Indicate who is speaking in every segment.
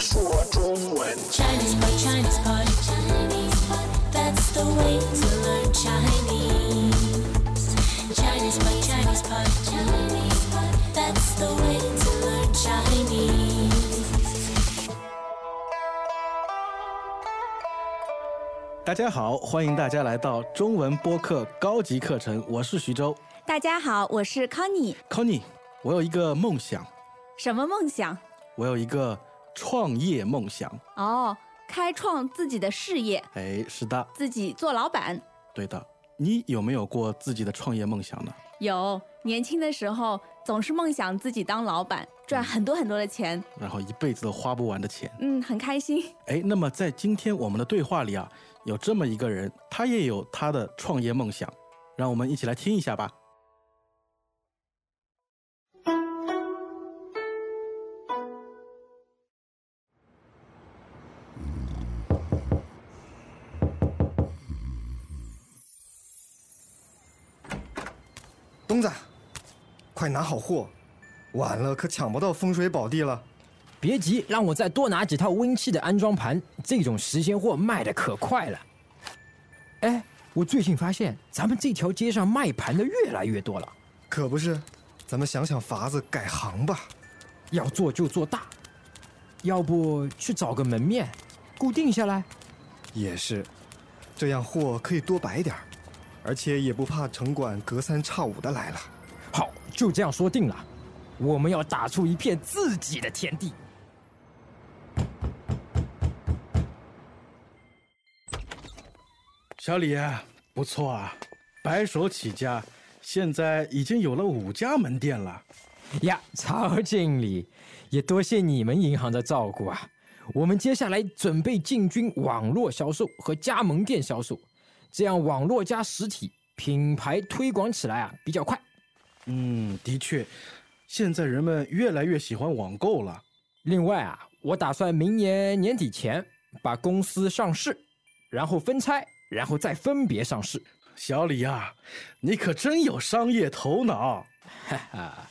Speaker 1: 说中文。
Speaker 2: Chinese pot, Chinese pot, Chinese pot. That's the way to learn Chinese. Chinese pot, Chinese pot, Chinese pot. That's the way to learn Chinese.
Speaker 3: 大家好，欢迎大家来到中文播客高级课程，我是徐州
Speaker 4: 大家好，我是康妮。
Speaker 3: Conny。我有一个梦想，
Speaker 4: 什么梦想？
Speaker 3: 我有一个创业梦想。
Speaker 4: 哦，开创自己的事业，
Speaker 3: 哎，是的，
Speaker 4: 自己做老板。
Speaker 3: 对的。你有没有过自己的创业梦想呢？
Speaker 4: 有，年轻的时候总是梦想自己当老板，赚很多很多的钱，
Speaker 3: 然后一辈子都花不完的钱。
Speaker 4: 嗯，很开心。
Speaker 3: 哎，那么在今天我们的对话里啊，有这么一个人，他也有他的创业梦想，让我们一起来听一下吧。
Speaker 5: 东子，快拿好货，晚了可抢不到风水宝地了。
Speaker 6: 别急，让我再多拿几套 Win 7的安装盘，这种时间货卖的可快了。哎，我最近发现咱们这条街上卖盘的越来越多了，
Speaker 5: 可不是，咱们想想法子改行吧。
Speaker 6: 要做就做大，要不去找个门面固定下来？
Speaker 5: 也是，这样货可以多摆点儿，而且也不怕城管隔三差五的来了。
Speaker 6: 好，就这样说定了，我们要打出一片自己的天地。
Speaker 3: 小李啊，不错啊，白手起家，现在已经有了五家门店了。
Speaker 6: 呀，曹经理，也多谢你们银行的照顾啊！我们接下来准备进军网络销售和加盟店销售，这样网络加实体品牌推广起来啊比较快。
Speaker 3: 嗯，的确，现在人们越来越喜欢网购了。
Speaker 6: 另外啊，我打算明年年底前把公司上市，然后分拆，然后再分别上市。
Speaker 3: 小李啊，你可真有商业头脑。
Speaker 6: 哈哈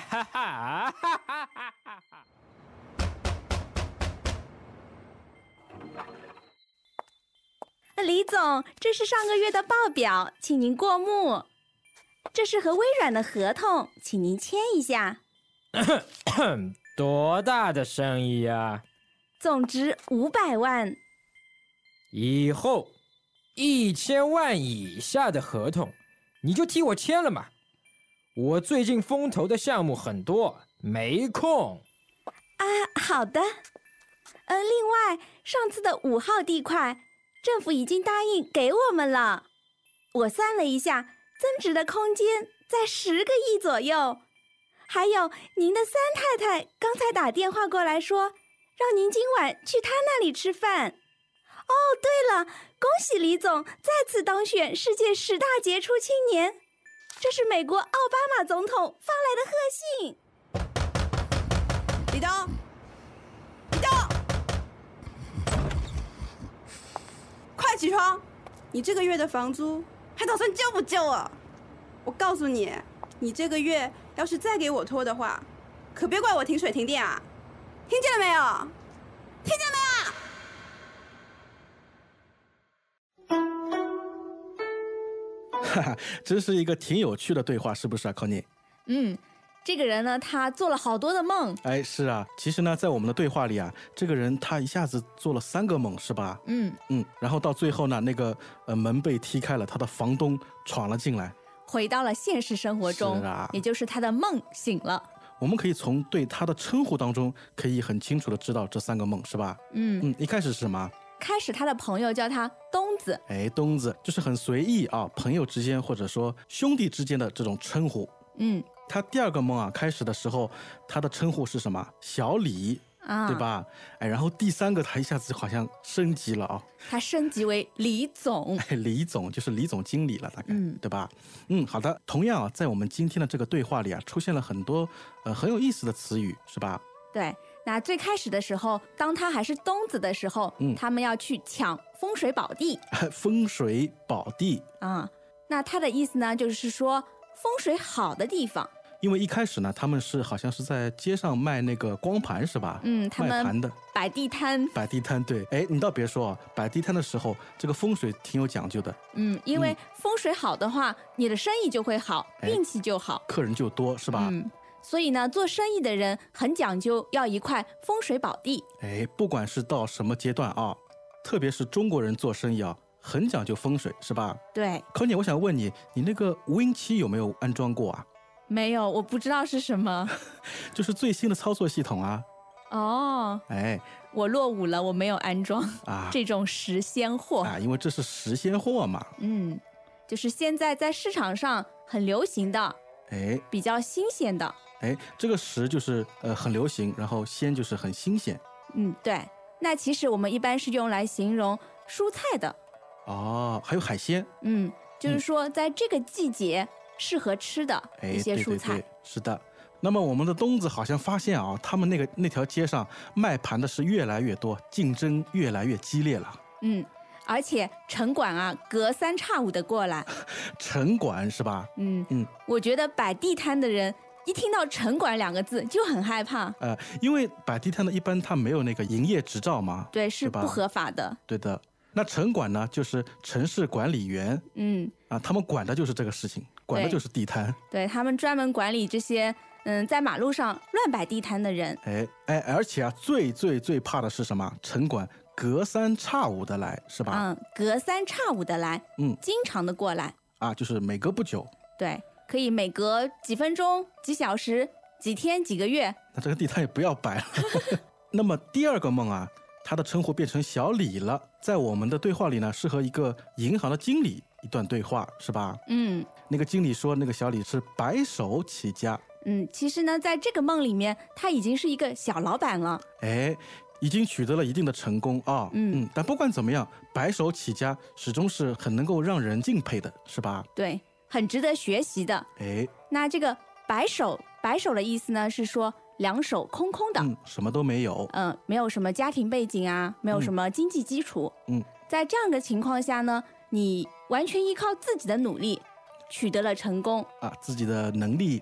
Speaker 6: 哈哈哈哈！
Speaker 4: 李总，这是上个月的报表，请您过目。这是和微软的合同，请您签一下。
Speaker 6: 多大的生意啊！
Speaker 4: 总值五百万。
Speaker 6: 以后一千万以下的合同，你就替我签了嘛。我最近风投的项目很多，没空。
Speaker 4: 啊好的。呃，另外，上次的五号地块，政府已经答应给我们了。我算了一下，增值的空间在十个亿左右。还有，您的三太太刚才打电话过来说，让您今晚去她那里吃饭。哦，对了，恭喜李总再次当选世界十大杰出青年，这是美国奥巴马总统发来的贺信。李东，李东，
Speaker 7: 快起床！你这个月的房租还打算交不交啊？我告诉你，你这个月要是再给我拖的话，可别怪我停水停电啊！听见了没有？听见了没有？
Speaker 3: 哈哈，真是一个挺有趣的对话，是不是啊，康妮？
Speaker 4: 嗯，这个人呢，他做了好多的梦。
Speaker 3: 哎，是啊。其实呢，在我们的对话里啊，这个人他一下子做了三个梦，是吧？
Speaker 4: 嗯，
Speaker 3: 嗯，然后到最后呢，那个呃门被踢开了，他的房东闯了进来。
Speaker 4: 回到了现实生活中，
Speaker 3: 是啊
Speaker 4: 也就是他的梦醒了。嗯
Speaker 3: 我们可以从对他的称呼当中，可以很清楚的知道这三个梦，是吧？
Speaker 4: 嗯，
Speaker 3: 嗯，一开始是什么？
Speaker 4: 开始他的朋友叫他东子，
Speaker 3: 哎，东子，就是很随意啊，朋友之间或者说兄弟之间的这种称呼。
Speaker 4: 嗯
Speaker 3: 他第二个梦啊，开始的时候，他的称呼是什么？小李，
Speaker 4: 啊，
Speaker 3: 对？吧？哎，然后第三个他一下子好像升级了啊，
Speaker 4: 他升级为李总，
Speaker 3: 哎，李总就是李总经理了，大概，
Speaker 4: 嗯
Speaker 3: 对吧？嗯，好的。同样啊，在我们今天的这个对话里啊，出现了很多呃很有意思的词语，是吧？
Speaker 4: 对。那最开始的时候，当他还是东子的时候，
Speaker 3: 嗯
Speaker 4: 他们要去抢风水宝地
Speaker 3: 风水宝地，
Speaker 4: 啊。那他的意思呢，就是说风水好的地方，
Speaker 3: 因为一开始呢，他们是好像是在街上卖那个光盘是吧？
Speaker 4: 嗯他
Speaker 3: 卖
Speaker 4: 们
Speaker 3: 盘的
Speaker 4: 摆地摊，
Speaker 3: 摆地摊，对，哎，你倒别说啊，摆地摊的时候，这个风水挺有讲究的，
Speaker 4: 嗯，因为风水好的话，你的生意就会好，
Speaker 3: 哎
Speaker 4: 运气就好。
Speaker 3: 客人就多是吧？
Speaker 4: 嗯，所以呢，做生意的人很讲究要一块风水宝地。
Speaker 3: 哎，不管是到什么阶段啊，特别是中国人做生意啊，很讲究风水是吧？
Speaker 4: 对，
Speaker 3: 康姐，我想问你，你那个无音器有没有安装过啊？
Speaker 4: 没有，我不知道是什 么。
Speaker 3: 就是最新的操作系统啊，
Speaker 4: 哦，
Speaker 3: 哎
Speaker 4: 我落伍了，我没有安装
Speaker 3: 啊
Speaker 4: 这种实鲜货。
Speaker 3: 啊，因为这是实现货嘛，
Speaker 4: 嗯，就是现在在市场上很流行的，
Speaker 3: 哎
Speaker 4: 比较新鲜的。
Speaker 3: 哎，这个实就是呃很流行，然后鲜就是很新鲜
Speaker 4: 嗯，对。那其实我们一般是用来形容蔬菜的。
Speaker 3: 哦，还有海鲜，
Speaker 4: 嗯，就是
Speaker 3: 嗯
Speaker 4: 说在这个季节适合吃的
Speaker 3: 哎，
Speaker 4: 一些
Speaker 3: 对
Speaker 4: 蔬
Speaker 3: 对
Speaker 4: 菜
Speaker 3: 对。，是的。那么我们的东子好像发现啊，他们那个那条街上卖盘的是越来越多，竞争越来越激烈了。
Speaker 4: 嗯，而且城管啊，隔三差五的过来。
Speaker 3: 城管是吧？
Speaker 4: 嗯
Speaker 3: 嗯，
Speaker 4: 我觉得摆地摊的人一听到“城管”两个字就很害怕，
Speaker 3: 呃，因为摆地摊的一般他没有那个营业执照嘛，
Speaker 4: 对，是
Speaker 3: 吧
Speaker 4: 不合法的。
Speaker 3: 对的。那城管呢，就是城市管理员
Speaker 4: 嗯，
Speaker 3: 啊，他们管的就是这个事情，管的
Speaker 4: 对
Speaker 3: 就是地摊。
Speaker 4: 对他们专门管理这些嗯在马路上乱摆地摊的人。
Speaker 3: 哎哎，而且啊，最最最怕的是什么？城管隔三差五的来，是吧？
Speaker 4: 嗯，隔三差五的来，
Speaker 3: 啊嗯
Speaker 4: 经常的过来，
Speaker 3: 啊，就是每隔不久，
Speaker 4: 对，可以每隔几分钟、几小时、几天、几个月。
Speaker 3: 那这个地摊也不要摆了。 那么第二个梦啊，他的称呼变成小李了，在我们的对话里呢，是和一个银行的经理一段对话，是吧？
Speaker 4: 嗯
Speaker 3: 那个经理说，那个小李是白手起家，
Speaker 4: 嗯，其实呢，在这个梦里面，他已经是一个小老板了。
Speaker 3: 哎，已经取得了一定的成功啊。
Speaker 4: 嗯
Speaker 3: 但不管怎么样，白手起家始终是很能够让人敬佩的，是吧？
Speaker 4: 对，很值得学习的。
Speaker 3: 哎，
Speaker 4: 那这个白手白手的意思呢，是说两手空空的，嗯、
Speaker 3: 嗯，什么都没有，
Speaker 4: 呃没有什么家庭背景啊，没有什么经济基础，
Speaker 3: 嗯，
Speaker 4: 在这样的情况下呢，你完全依靠自己的努力取得了成功，
Speaker 3: 啊，自己的能力，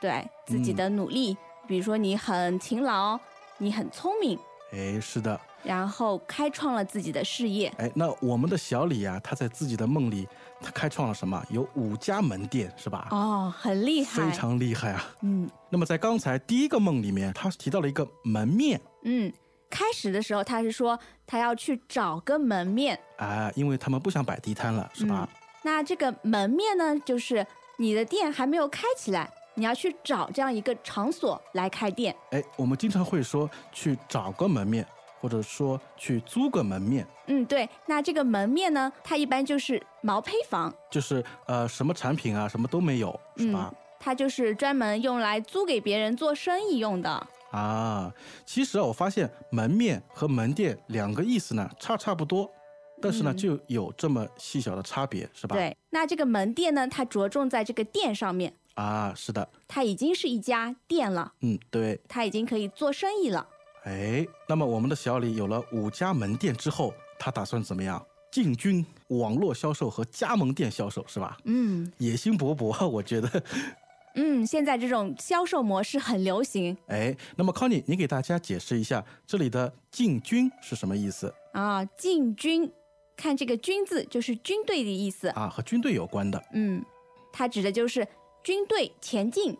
Speaker 4: 对自
Speaker 3: 嗯
Speaker 4: 己的努力，比如说你很勤劳，你很聪明，
Speaker 3: 哎，是的，
Speaker 4: 然后开创了自己的事业，
Speaker 3: 哎，那我们的小李啊，他在自己的梦里，他开创了什么？有五家门店，是吧？
Speaker 4: 哦，很厉害，
Speaker 3: 非，常厉害啊。
Speaker 4: 嗯
Speaker 3: 那么在刚才第一个梦里面，他提到了一个门面
Speaker 4: 嗯。开始的时候，他是说他要去找个门面，
Speaker 3: 啊，因为他们不想摆地摊了，是吧？
Speaker 4: 那这个门面呢，就是你的店还没有开起来，你要去找这样一个场所来开店。
Speaker 3: 哎，我们经常会说去找个门面，或者说去租个门面，
Speaker 4: 嗯，对。那这个门面呢，它一般就是毛坯房，
Speaker 3: 就是呃什么产品啊，什么都没有，是吧？
Speaker 4: 它就是专门用来租给别人做生意用的。
Speaker 3: 啊，其实啊，我发现门面和门店两个意思呢差差不多，但是呢、
Speaker 4: 嗯
Speaker 3: 就有这么细小的差别，是吧？
Speaker 4: 对。那这个门店呢，它着重在这个店上面，
Speaker 3: 啊，是的，
Speaker 4: 它已经是一家店了，
Speaker 3: 嗯，对。
Speaker 4: 它已经可以做生意了。
Speaker 3: 哎，那么我们的小李有了五家门店之后，他打算怎么样？进军网络销售和加盟店销售是吧？
Speaker 4: 嗯
Speaker 3: 野心勃勃，我觉得。
Speaker 4: 嗯，现在这种销售模式很流行
Speaker 3: 哎，那么康妮，你给大家解释一下这里的“进军”是什么意思
Speaker 4: 啊，进军。看这个“军”字，就是军队的意思。
Speaker 3: 啊？和军队有关的，
Speaker 4: 嗯，它指的就是军队前进，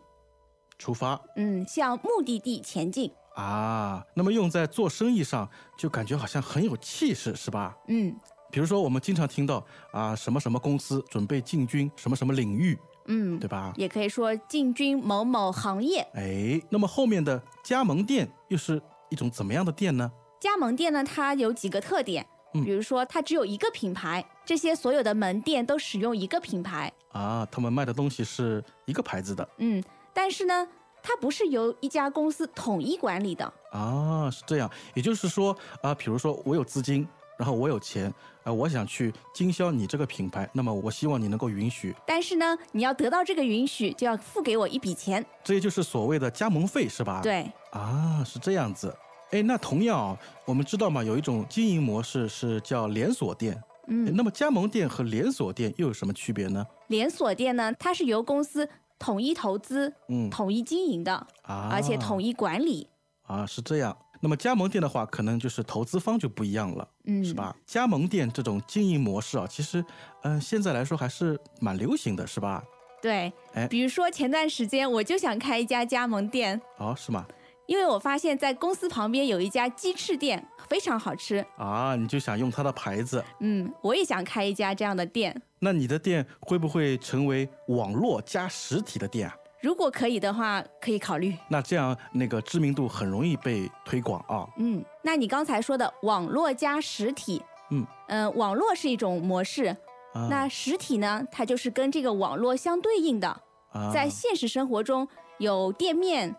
Speaker 3: 出发
Speaker 4: 嗯，向目的地前进，
Speaker 3: 啊。那么用在做生意上，就感觉好像很有气势，是吧？
Speaker 4: 嗯
Speaker 3: 比如说，我们经常听到啊，什么什么公司准备进军什么什么领域，
Speaker 4: 嗯
Speaker 3: 对，吧？
Speaker 4: 也可以说进军某某行业。
Speaker 3: 哎，那么后面的加盟店又是一种怎么样的店呢？
Speaker 4: 加盟店呢，它有几个特点，
Speaker 3: 嗯
Speaker 4: 比如说它只有一个品牌，这些所有的门店都使用一个品牌，
Speaker 3: 啊，他们卖的东西是一个牌子的
Speaker 4: 嗯，但是呢，它不是由一家公司统一管理的，
Speaker 3: 啊，是这样。也就是说啊，比如说我有资金，然后我有钱，啊，我想去经销你这个品牌，那么我希望你能够允许，
Speaker 4: 但是呢，你要得到这个允许，就要付给我一笔钱，
Speaker 3: 这也就是所谓的加盟费，是吧？。
Speaker 4: 对，
Speaker 3: 啊，是这样子。哎，那同样啊，我们知道嘛，有一种经营模式是叫连锁店。哎
Speaker 4: 嗯
Speaker 3: 诶那么加盟店和连锁店又有什么区别呢？
Speaker 4: 连锁店呢，它是由公司统一投资、
Speaker 3: 嗯
Speaker 4: 统一经营的，
Speaker 3: 啊，
Speaker 4: 而且统一管理。
Speaker 3: 啊是这样。那么加盟店的话，可能就是投资方就不一样了，
Speaker 4: 嗯，
Speaker 3: 是？吧？加盟店这种经营模式啊，其实嗯、呃现在来说还是蛮流行的，是吧？
Speaker 4: 对
Speaker 3: 哎，
Speaker 4: 比如说前段时间我就想开一家加盟店，
Speaker 3: 哦，是吗？
Speaker 4: 因为我发现在公司旁边有一家鸡翅店，非常好吃。
Speaker 3: 啊，你就想用它的牌子，
Speaker 4: 嗯，我也想开一家这样的店。
Speaker 3: 那你的店会不会成为网络加实体的店啊？
Speaker 4: 如果可以的话，可以考虑。
Speaker 3: 那这样那个知名度很容易被推广啊。
Speaker 4: 嗯，那你刚才说的网络加实体，
Speaker 3: 嗯
Speaker 4: 呃网络是一种模式，
Speaker 3: 啊
Speaker 4: 那实体呢，它就是跟这个网络相对应的，
Speaker 3: 啊
Speaker 4: 在现实生活中有店面，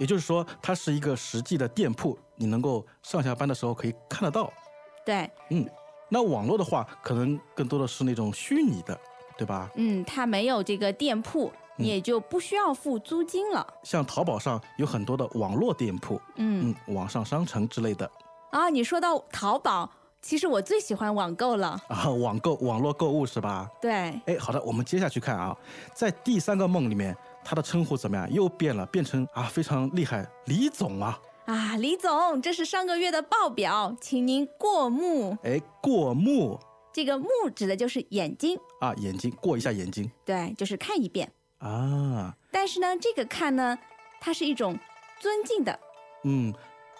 Speaker 3: 也就是说，它是一个实际的店铺，你能够上下班的时候可以看得到。
Speaker 4: 对，
Speaker 3: 那网络的话，可能更多的是那种虚拟的，对吧？
Speaker 4: 嗯，它没有这个店铺，你
Speaker 3: 嗯
Speaker 4: 也就不需要付租金了，
Speaker 3: 像淘宝上有很多的网络店铺，
Speaker 4: 嗯，
Speaker 3: 嗯，网上商城之类的
Speaker 4: 啊，你说到淘宝，其实我最喜欢网购了，
Speaker 3: 啊，网购、网络购物是吧？
Speaker 4: 对，
Speaker 3: 哎，好的，我们接下去看啊，在第三个梦里面，他的称呼怎么样？又变了，变成啊非常厉害，李总啊，
Speaker 4: 啊，李总，这是上个月的报表，请您过目，
Speaker 3: 哎，过目
Speaker 4: 这个目指的就是眼睛，
Speaker 3: 啊，眼睛过一下眼睛
Speaker 4: 对，就是看一遍。
Speaker 3: 啊，
Speaker 4: 但是呢，这个看呢，它是一种尊敬的，
Speaker 3: 嗯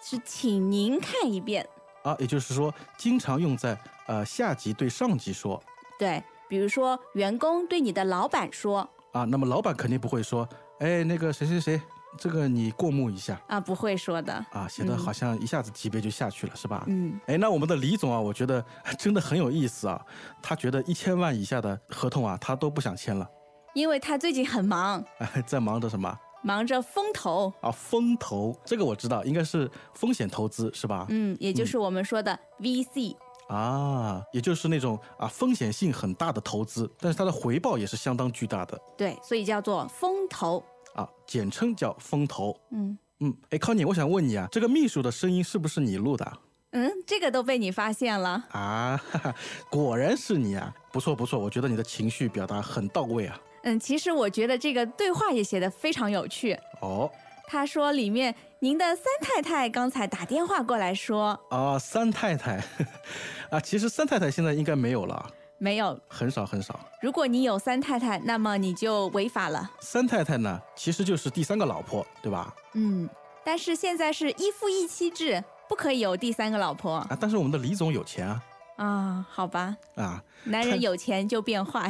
Speaker 4: 是请您看一遍。
Speaker 3: 啊，也就是说，经常用在呃下级对上级说
Speaker 4: 对，比如说员工对你的老板说
Speaker 3: 啊，那么老板肯定不会说，哎，那个谁谁谁，这个你过目一下
Speaker 4: 啊，不会说的。
Speaker 3: 啊，显得
Speaker 4: 嗯
Speaker 3: 好像一下子级别就下去了，是吧？
Speaker 4: 嗯，
Speaker 3: 哎，那我们的李总啊，我觉得真的很有意思啊。他觉得一千万以下的合同啊，他都不想签了，
Speaker 4: 因为他最近很忙，
Speaker 3: 哎，在忙着什么
Speaker 4: 忙着风投，
Speaker 3: 啊？风投，这个我知道，应该是风险投资是吧？
Speaker 4: 嗯，也就是我们说的 VC。
Speaker 3: 啊，也就是那种啊风险性很大的投资，但是它的回报也是相当巨大的
Speaker 4: 对，所以叫做风投。
Speaker 3: 啊，简称叫风投。
Speaker 4: 嗯
Speaker 3: 嗯，哎，康妮，我想问你啊，这个秘书的声音是不是你录的啊
Speaker 4: 嗯，这个都被你发现了。
Speaker 3: 啊？哈哈，果然是你啊！不错不错，我觉得你的情绪表达很到位啊。
Speaker 4: 嗯，其实我觉得这个对话也写得非常有趣。
Speaker 3: 哦，
Speaker 4: 他说里面您的三太太刚才打电话过来说，
Speaker 3: 啊，三太太， 啊，其实三太太现在应该没有了，啊
Speaker 4: 没有，
Speaker 3: 很少很少。
Speaker 4: 如果你有三太太，那么你就违法了。
Speaker 3: 三太太呢，其实就是第三个老婆，对吧？
Speaker 4: 嗯，但是现在是一夫一妻制，不可以有第三个老婆
Speaker 3: 啊，但是我们的李总有钱啊，
Speaker 4: 啊。好吧，
Speaker 3: 啊，
Speaker 4: 男人有钱就变坏。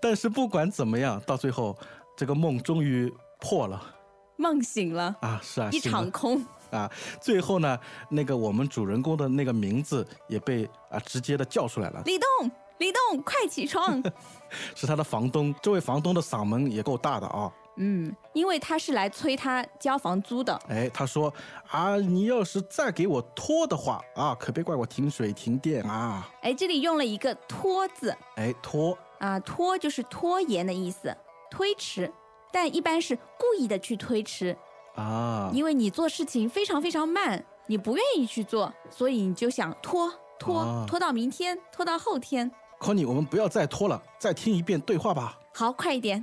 Speaker 3: 但是不管怎么样，到最后这个梦终于破了
Speaker 4: 梦醒了，
Speaker 3: 啊，是啊，
Speaker 4: 一
Speaker 3: 醒了
Speaker 4: 场空。
Speaker 3: 啊，最后呢，那个我们主人公的那个名字也被啊直接的叫出来了，
Speaker 4: 李栋，李栋，快 起床！
Speaker 3: 是他的房东，这位房东的嗓门也够大的啊，
Speaker 4: 嗯，因为他是来催他交房租的。
Speaker 3: 哎，他说啊，你要是再给我拖的话啊，可别怪我停水停电啊，
Speaker 4: 哎，这里用了一个“拖”字
Speaker 3: 哎，拖
Speaker 4: 啊，“拖”就是拖延的意思，推迟，但一般是故意的去推迟。
Speaker 3: 啊，
Speaker 4: 因为你做事情非常非常慢，你不愿意去做，所以你就想拖拖、
Speaker 3: 啊
Speaker 4: 拖到明天，拖到后天。
Speaker 3: 康妮，我们不要再拖了，再听一遍对话吧。
Speaker 4: 好，快一点！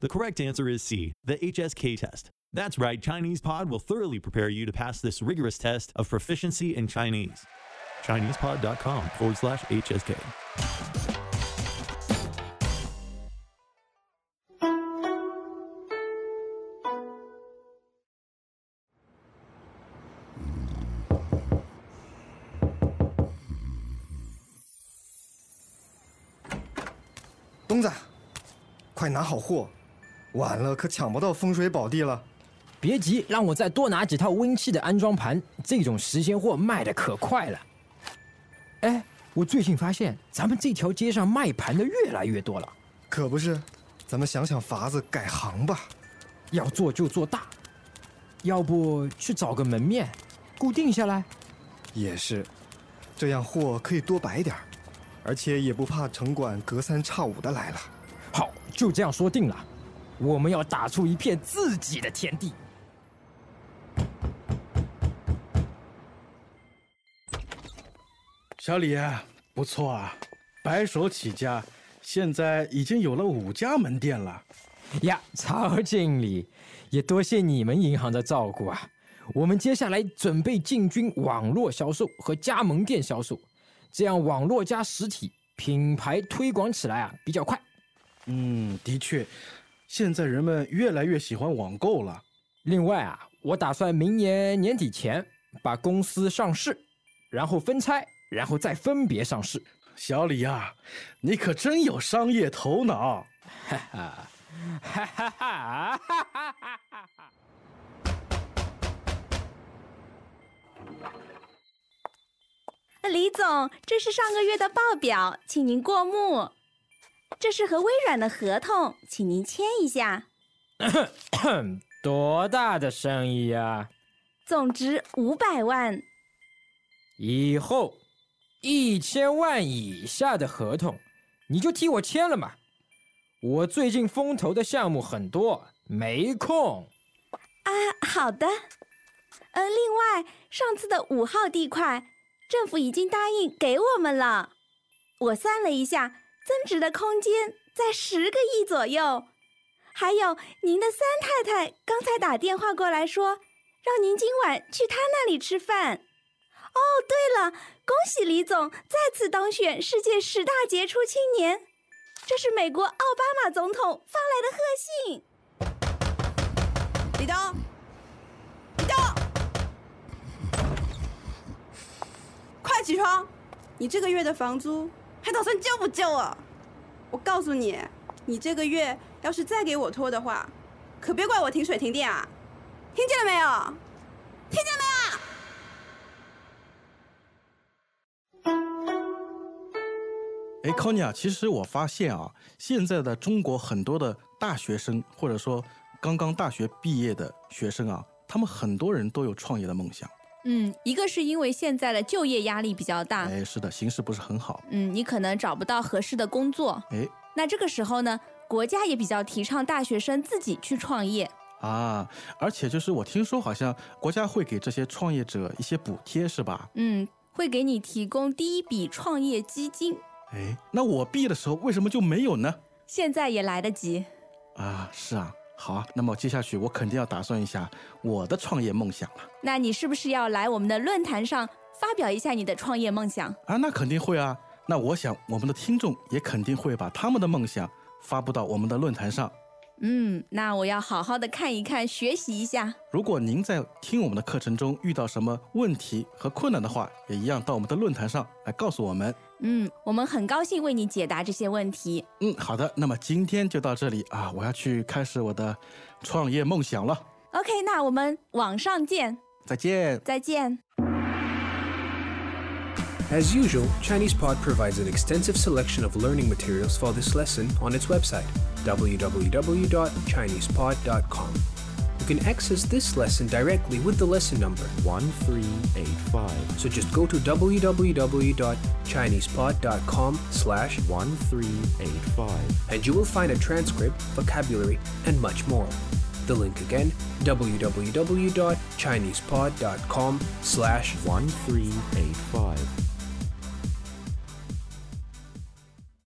Speaker 1: The correct answer is C, the HSK test. That's right, Chinese Pod will thoroughly prepare you to pass this rigorous test of proficiency in Chinese. ChinesePod.com forward slash HSK.
Speaker 5: 东子，快拿好货，晚了可抢不到风水宝地了。
Speaker 6: 别急，让我再多拿几套 Win 7的安装盘，这种时间货卖的可快了。哎，我最近发现咱们这条街上卖盘的越来越多了，
Speaker 5: 可不是，咱们想想法子改行吧。
Speaker 6: 要做就做大，要不去找个门面，固定下来。
Speaker 5: 也是，这样货可以多摆点儿，而且也不怕城管隔三差五的来了。
Speaker 6: 好，就这样说定了，我们要打出一片自己的天地。
Speaker 3: 小李，不错啊，白手起家，现在已经有了五家门店了。
Speaker 6: 呀，曹经理，也多谢你们银行的照顾啊！我们接下来准备进军网络销售和加盟店销售，这样网络加实体品牌推广起来啊比较快。
Speaker 3: 嗯，的确，现在人们越来越喜欢网购了。
Speaker 6: 另外啊，我打算明年年底前把公司上市，然后分拆，然后再分别上市。
Speaker 3: 小李啊，你可真有商业头脑。
Speaker 6: 哈哈哈哈哈哈！
Speaker 4: 李总，这是上个月的报表，请您过目。这是和微软的合同，请您签一下。
Speaker 6: 多大的生意啊！
Speaker 4: 总值五百万。
Speaker 6: 以后一千万以下的合同，你就替我签了嘛。我最近风投的项目很多，没空。
Speaker 4: 啊好的。呃，另外，上次的五号地块，政府已经答应给我们了。我算了一下，增值的空间在十个亿左右。还有，您的三太太刚才打电话过来说，让您今晚去她那里吃饭。哦，对了，恭喜李总再次当选世界十大杰出青年，这是美国奥巴马总统发来的贺信。
Speaker 7: 李东，李东，快起床！你这个月的房租还打算交不交啊？我告诉你，你这个月要是再给我拖的话，可别怪我停水停电啊！听见了没有？听见没有？
Speaker 3: 哎，康妮啊，其实我发现啊，现在的中国很多的大学生，或者说刚刚大学毕业的学生啊，他们很多人都有创业的梦想。
Speaker 8: 嗯，一个是因为现在的就业压力比较
Speaker 4: 啊
Speaker 8: 大，
Speaker 3: 哎，是的，形势不是很好。
Speaker 8: 嗯，你可能找不到合适的工作，
Speaker 3: 哎，
Speaker 8: 那这个时候呢，国家也比较提倡大学生自己去创业。
Speaker 3: 啊，而且就是我听说，好像国家会给这些创业者一些补贴，是吧？
Speaker 8: 嗯，会给你提供第一笔创业基金，
Speaker 3: 哎，那我毕业的时候为什么就没有呢？
Speaker 8: 现在也来得及。
Speaker 3: 啊，是啊，好啊，那么接下去我肯定要打算一下我的创业梦想了。
Speaker 8: 那你是不是要来我们的论坛上发表一下你的创业梦想？
Speaker 3: 啊，那肯定会啊。那我想我们的听众也肯定会把他们的梦想发布到我们的论坛上。
Speaker 8: 嗯，那我要好好的看一看，学习一下。
Speaker 3: 如果您在听我们的课程中遇到什么问题和困难的话，也一样到我们的论坛上来告诉我们。
Speaker 8: 嗯，我们很高兴为你解答这些问题。
Speaker 3: 嗯，好的，那么今天就到这里啊，我要去开始我的创业梦想了，
Speaker 8: OK，那我们网上见，
Speaker 3: 再见。
Speaker 8: 再见。
Speaker 9: As usual, ChinesePod provides an extensive selection of learning materials for this lesson on its website, www.chinesepod.com. You can access this lesson directly with the lesson number,
Speaker 10: 1385.
Speaker 9: so just go to www.chinesepod.com slash
Speaker 10: 1385.
Speaker 9: and you will find a transcript, vocabulary, and much more. The link again, www.chinesepod.com slash
Speaker 10: 1385.